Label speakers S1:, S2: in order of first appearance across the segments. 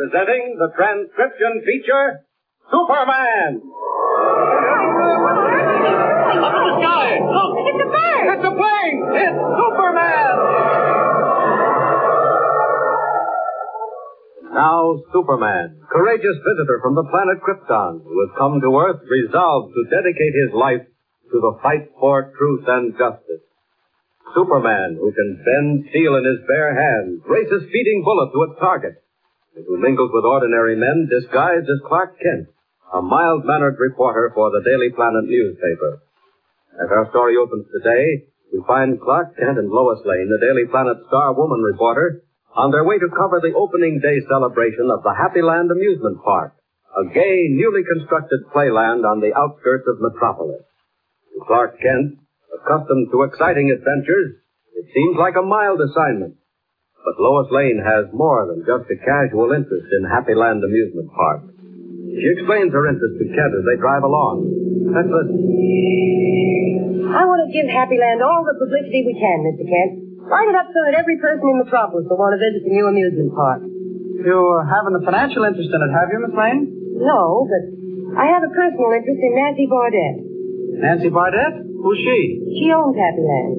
S1: presenting the transcription feature, Superman! Up in the sky! Look! It's a bird! It's a plane! It's Superman! Now, Superman, courageous visitor from the planet Krypton, who has come to Earth resolved to dedicate his life to the fight for truth and justice. Superman, who can bend steel in his bare hands, race a speeding bullet to its target, and who mingles with ordinary men disguised as Clark Kent, a mild-mannered reporter for the Daily Planet newspaper. As our story opens today, we find Clark Kent and Lois Lane, the Daily Planet star woman reporter, on their way to cover the opening day celebration of the Happy Land Amusement Park, a gay, newly constructed playland on the outskirts of Metropolis. To Clark Kent, accustomed to exciting adventures, it seems like a mild assignment. But Lois Lane has more than just a casual interest in Happy Land Amusement Park. She explains her interest to Kent as they drive along. Let's listen.
S2: I want to give Happy Land all the publicity we can, Mr. Kent. Light it up so that every person in Metropolis will want to visit the new amusement park.
S3: You haven't a financial interest in it, have you, Miss Lane?
S2: No, but I have a personal interest in Nancy Baudet.
S3: Nancy Bardet? Who's she?
S2: She owns Happy Land.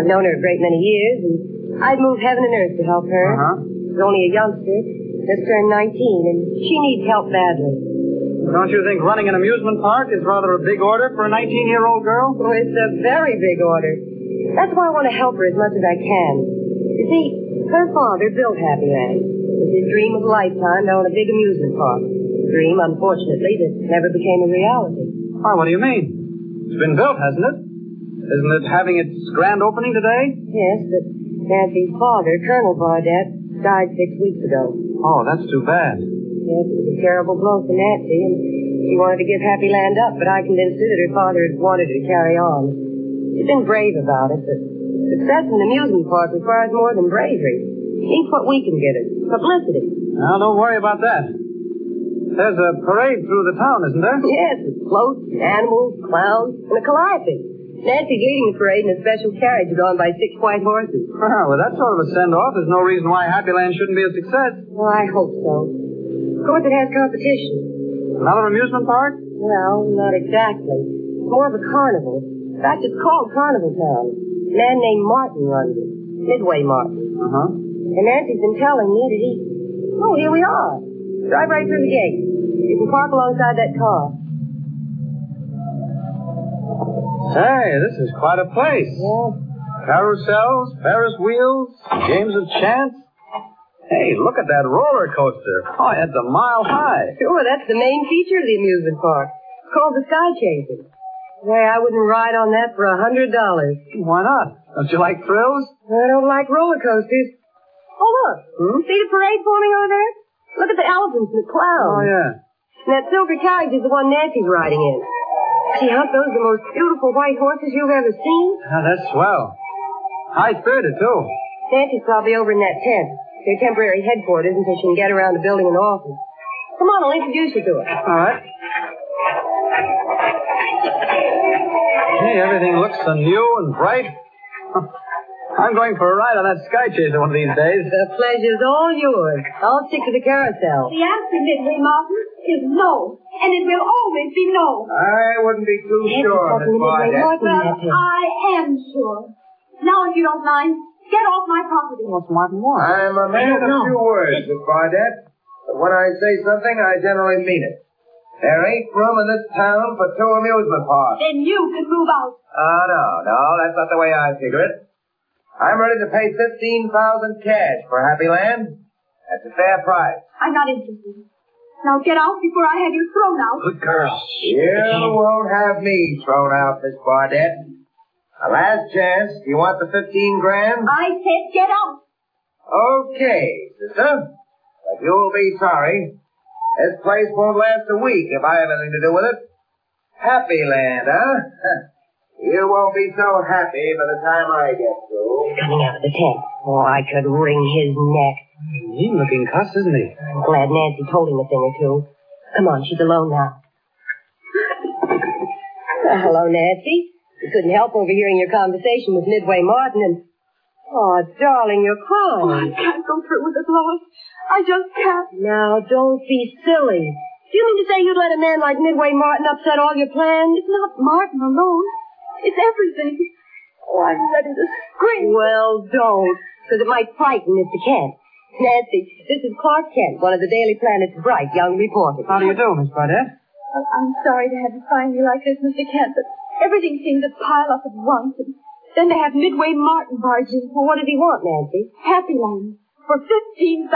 S2: I've known her a great many years, and I'd move heaven and earth to help her.
S3: Uh-huh.
S2: She's only a youngster, just turned 19, and she needs help badly.
S3: Don't you think running an amusement park is rather a big order for a 19-year-old girl?
S2: Well, it's a very big order. That's why I want to help her as much as I can. You see, her father built Happy Land. It was his dream of a lifetime to own a big amusement park. A dream, unfortunately, that never became a reality.
S3: Why, what do you mean? It's been built, hasn't it? Isn't it having its grand opening today?
S2: Yes, but Nancy's father, Colonel Bardet, died six weeks ago.
S3: Oh, that's too bad.
S2: Yes, it was a terrible blow for Nancy, and she wanted to give Happy Land up, but I convinced her that her father had wanted her to carry on. She's been brave about it, but success in the amusement park requires more than bravery. Think what we can get it. Publicity.
S3: Now, don't worry about that. There's a parade through the town, isn't there?
S2: Yes, with floats, animals, clowns, and a calliope. Nancy's leading the parade in a special carriage drawn by six white horses.
S3: Ah, Well, with that sort of a send-off, there's no reason why Happy Land shouldn't be a success.
S2: Well, I hope so. Of course, it has competition.
S3: Another amusement park?
S2: Well, not exactly. It's more of a carnival. In fact, it's called Carnival Town. A man named Martin runs it. Midway Martin.
S3: Uh-huh.
S2: And Nancy's been telling me that he... Oh, here we are. Drive right through the gate. You can park alongside that car.
S3: Hey, this is quite a place.
S2: Yeah.
S3: Carousels, Ferris wheels, games of chance. Hey, look at that roller coaster. Oh, it's a mile high.
S2: Sure, that's the main feature of the amusement park. It's called the Sky Chaser. Why, I wouldn't ride on that for a hundred dollars.
S3: Why not? Don't you like thrills?
S2: I don't like roller coasters. Oh, look.
S3: Hmm?
S2: See the parade forming over there? Look at the elephants and the clouds.
S3: Oh, yeah.
S2: And that silver carriage is the one Nancy's riding in. Gee, aren't those the most beautiful white horses you've ever seen?
S3: Ah, that's swell. High spirited, too.
S2: Nancy's probably over in that tent. Their temporary headquarters until she can get around to building an office. Come on, I'll introduce you to her.
S3: All right. Hey, everything looks so new and bright. I'm going for a ride on that sky chaser one of these days.
S2: The pleasure's all yours. I'll stick to the carousel.
S4: The answer, Midway Martin, is no. And it will always be no.
S3: I wouldn't be too
S2: Yes, it's happening to Great Martin, that
S4: Well,
S2: is.
S4: I am sure. Now, if you don't mind, get off my property.
S3: What's Martin want?
S5: I'm a man of
S2: No.
S5: few words, Miss Bardet. But when I say something, I generally mean it. There ain't room in this town for two Ah, amusement parks.
S4: Then you can move out.
S5: Oh, no, no, that's not the way I figure it. I'm ready to pay 15000 cash for Happy Land. That's a fair price.
S4: I'm not interested. Now get out before I have you thrown out.
S3: Good girl.
S5: You won't have me thrown out, Miss Bardet. A last chance. Do you want the 15 grand?
S4: I said get out.
S5: Okay, sister. But you'll be sorry. This place won't last a week if I have anything to do with it. Happy land, huh? You won't be so happy by the time I get through.
S2: Coming out of the tent. Oh, I could wring his neck.
S3: Mean looking cuss, isn't he?
S2: I'm glad Nancy told him a thing or two. Come on, she's alone now. Well, hello, Nancy. You couldn't help overhearing your conversation with Midway Martin and... Oh, darling, you're
S4: Oh, I
S2: crying.
S4: can't go through with it, Lois. I just can't.
S2: Now, don't be silly. Do you mean to say you'd let a man like Midway Martin upset all your plans?
S4: It's not Martin alone. It's everything. Oh, I'm ready to scream.
S2: Well, don't, because it might frighten Mr. Kent. Nancy, this is Clark Kent, one of the Daily Planet's bright young reporters.
S3: How do you do, Miss Barnett?
S4: Well, I'm sorry to have you find me like this, Mr. Kent, but everything seemed to pile up at once. And then to have Midway Martin barge in
S2: Well, what did he want, Nancy?
S4: Happy Land for $15,000.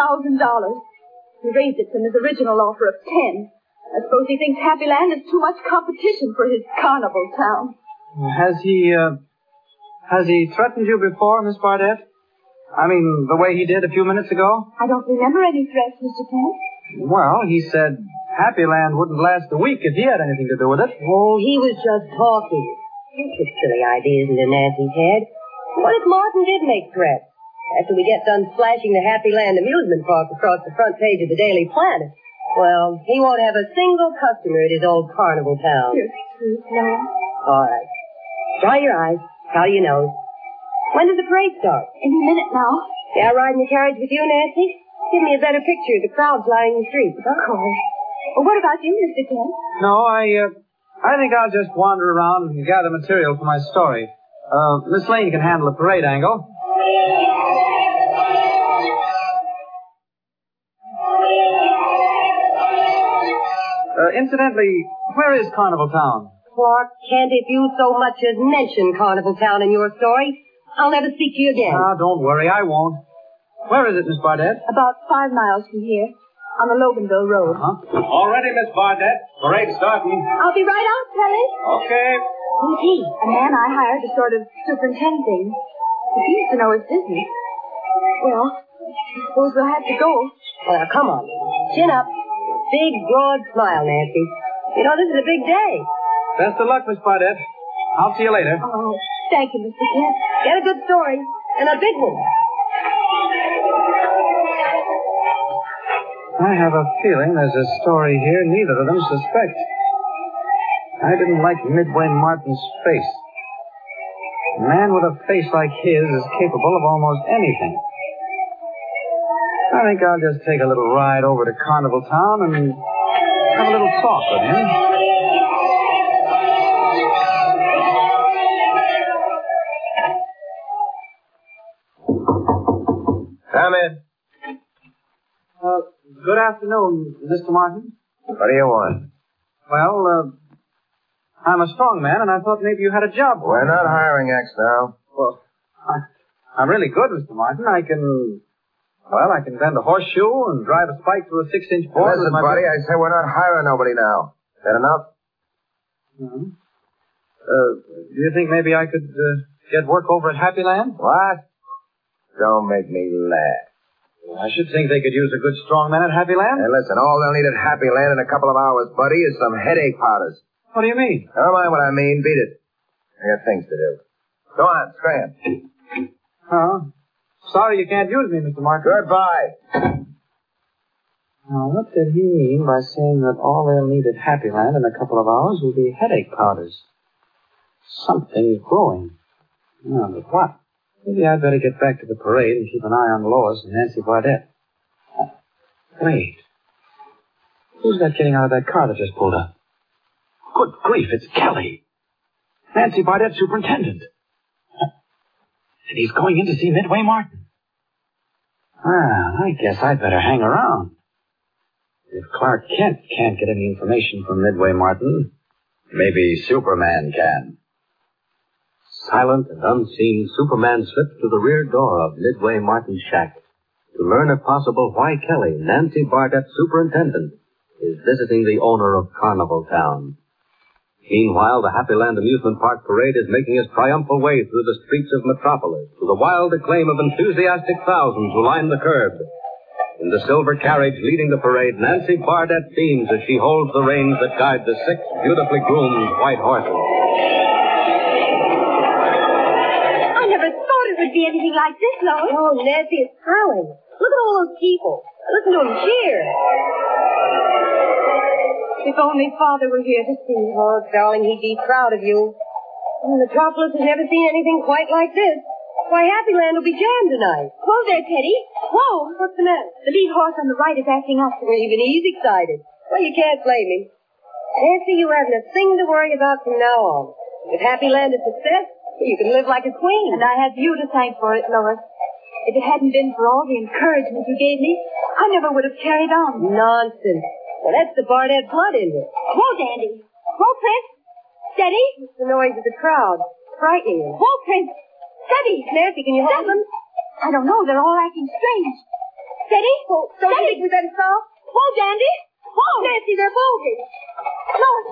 S4: He raised it from his original offer of 10. I suppose he thinks Happy Land is too much competition for his carnival town.
S3: Has he, uh, has he threatened you before, Miss Barnett? I mean, the way he did a few minutes ago?
S4: I don't remember any threats, Mr. Kent.
S3: Well, he said Happy Land wouldn't last a week if he had anything to do with it.
S2: Oh, he was just talking. You put silly ideas into Nancy's head. What if Martin did make threats? After we get done splashing the Happy Land amusement park across the front page of the Daily Planet, well, he won't have a single customer at his old carnival town.
S4: You're sweet, Nan.
S2: All right. Dry your eyes. How your nose. When does the parade start?
S4: Any minute now.
S2: May I ride in the carriage with you, Nancy? Give me a better picture of the crowds lining the streets.
S4: Of course. Well, what about you, Mr. Kent?
S3: No, I, uh, I think I'll just wander around and gather material for my story. Uh, Miss Lane can handle the parade angle. Uh, incidentally, where is Carnival Town?
S2: Clark Kent, if you so much as mention Carnival Town in your story, I'll never speak to you again.
S3: Ah, don't worry, I won't. Where is it, Miss Bardet?
S4: About five miles from here, on the Loganville Road.
S3: Huh?
S1: All ready, Miss Bardet. Parade starting.
S4: I'll be right out, Pelly.
S1: Okay.
S4: Who's he? A man I hired to sort of superintend things. He seems to know his business. Well, I suppose we'll have to go.
S2: Well, now, come on. Chin up. Big, broad smile, Nancy. You know, this is a big day.
S3: Best of luck, Miss Bardet. I'll see you later.
S4: Oh, thank you, Mr. Kent.
S2: Get a good story, and a big one.
S3: I have a feeling there's a story here neither of them suspect. I didn't like Midway Martin's face. A man with a face like his is capable of almost anything. I think I'll just take a little ride over to Carnival Town and have a little talk with him.
S5: Come in.
S3: Uh, good afternoon, Mr. Martin.
S5: What do you want?
S3: Well, uh, I'm a strong man, and I thought maybe you had a job. for
S5: We're
S3: me.
S5: not hiring X now.
S3: Well, I, I'm really good, Mr. Martin. I can, well, I can bend a horseshoe and drive a spike through a six-inch board.
S5: Listen,
S3: with my
S5: buddy, I say we're not hiring nobody now. That enough?
S3: Hmm. Uh, do you think maybe I could uh, get work over at Happy Land?
S5: What? Don't make me laugh.
S3: I should think they could use a good strong man at Happy Land.
S5: And listen, all they'll need at Happy Land in a couple of hours, buddy, is some headache powders.
S3: What do you mean?
S5: Never mind what I mean. Beat it. I got things to do. Go on, scram.
S3: Huh? Uh, Sorry you can't use me, Mr. Martin.
S5: Goodbye.
S3: Now, what did he mean by saying that all they'll need at Happy Land in a couple of hours will be headache powders? Something's brewing. Yeah, but what? Maybe I'd better get back to the parade and keep an eye on Lois and Nancy Bardet. Wait. Who's that getting out of that car that just pulled up? Good grief, it's Kelly. Nancy Bardet, superintendent. Uh, And he's going in to see Midway Martin. Well, I guess I'd better hang around. If Clark Kent can't get any information from Midway Martin, maybe Superman can.
S1: Silent and unseen, Superman slipped to the rear door of Midway Martin's shack to learn if possible why Kelly, Nancy Bardet, superintendent, is visiting the owner of Carnival Town. Meanwhile, the Happy Land Amusement Park Parade is making its triumphal way through the streets of Metropolis to the wild acclaim of enthusiastic thousands who line the curb. In the silver carriage leading the parade, Nancy Bardet beams as she holds the reins that guide the six beautifully groomed white horses.
S4: I never thought it would be anything like this, Lois.
S2: Oh, Nancy, it's thrilling. Look at all those people. Listen to them cheer.
S4: If only Father were here to see.
S2: Oh, darling, he'd be proud of you. Metropolis has never seen anything quite like this. Why, Happy Land will be jammed tonight.
S4: Whoa there, Teddy. Whoa!
S2: What's the matter?
S4: The lead horse on the right is acting up.
S2: Well, even he's excited. Well, you can't blame him. Nancy, you haven't a thing to worry about from now on. With Happy Land a success, you can live like a queen.
S4: And I have you to thank for it, Lois. If it hadn't been for all the encouragement you gave me, I never would have carried on.
S2: Nonsense. Well, that's the Barnett blood in you.
S4: Whoa, Dandy. Whoa, Prince. Steady.
S2: It's the noise of the crowd. Frightening them.
S4: Whoa, Prince. Steady.
S2: Nancy, can you hold
S4: Steady.
S2: them?
S4: I don't know. They're all acting strange. Steady.
S2: Well, don't you
S4: Steady.
S2: think we better stop?
S4: Whoa, Dandy. Whoa.
S2: Nancy, they're bolting.
S4: Lois,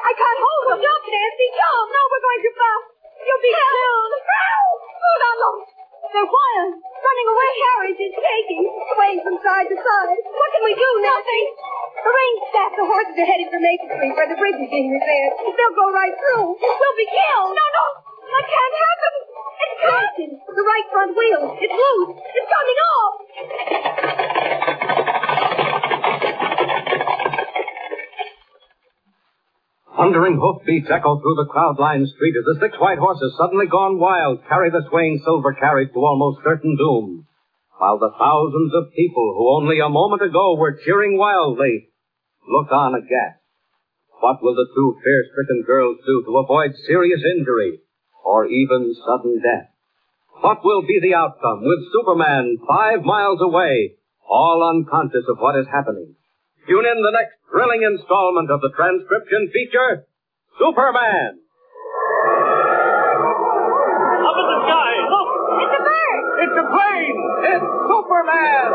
S4: I can't hold them. Jump, Nancy. Jump. No, we're going too fast. You'll be killed. Hold on, Lois. They're wild. Running away. The carriage is shaking.
S2: Swaying from side to side.
S4: What can we do, Nancy? The rain
S2: Staff, the horses are headed for Maple Street where the bridge is being repaired. They'll go right through.
S4: We'll be killed. No, no. That can't happen. It's
S2: Nancy, the right front wheel.
S4: It's loose. It's coming off.
S1: Thundering hoofbeats echo through the crowd lined street as the six white horses, suddenly gone wild, carry the swaying silver carriage to almost certain doom. While the thousands of people who only a moment ago were cheering wildly look on aghast. What will the two fear stricken girls do to avoid serious injury or even sudden death? What will be the outcome with Superman five miles away, all unconscious of what is happening? Tune in the next thrilling installment of the transcription feature, Superman.
S6: Up in the sky! Look!
S4: It's a bird.
S1: It's a plane! It's Superman!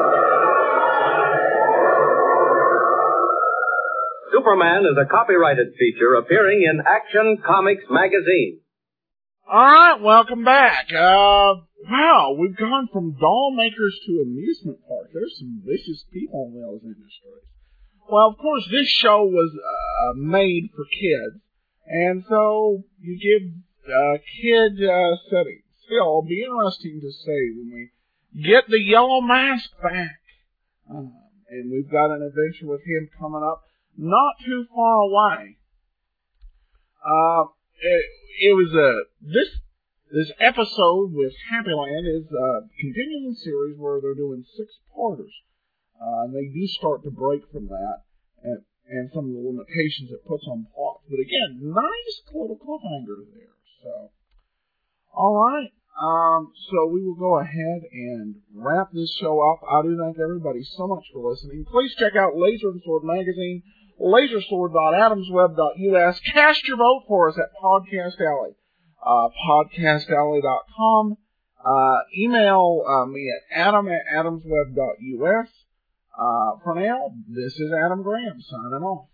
S1: Superman is a copyrighted feature appearing in Action Comics magazine.
S7: All right, welcome back. Uh, wow, we've gone from doll makers to amusement park. There's some vicious people in those industries. Well, of course, this show was uh, made for kids, and so you give uh, kid uh, settings. Still, it'll be interesting to see when we get the yellow mask back. Um, and we've got an adventure with him coming up not too far away. Uh, it, it was a this this episode with Happyland is a continuing series where they're doing six parters. Uh, and they do start to break from that and, and some of the limitations it puts on plots. But again, nice little cliffhanger there. So, all right. Um, so we will go ahead and wrap this show up. I do thank everybody so much for listening. Please check out Laser and Sword magazine lasersword.adamsweb.us. Cast your vote for us at Podcast Alley, uh, podcastalley.com. Uh, email uh, me at adam at adamsweb.us. Uh, for now, this is Adam Graham signing off.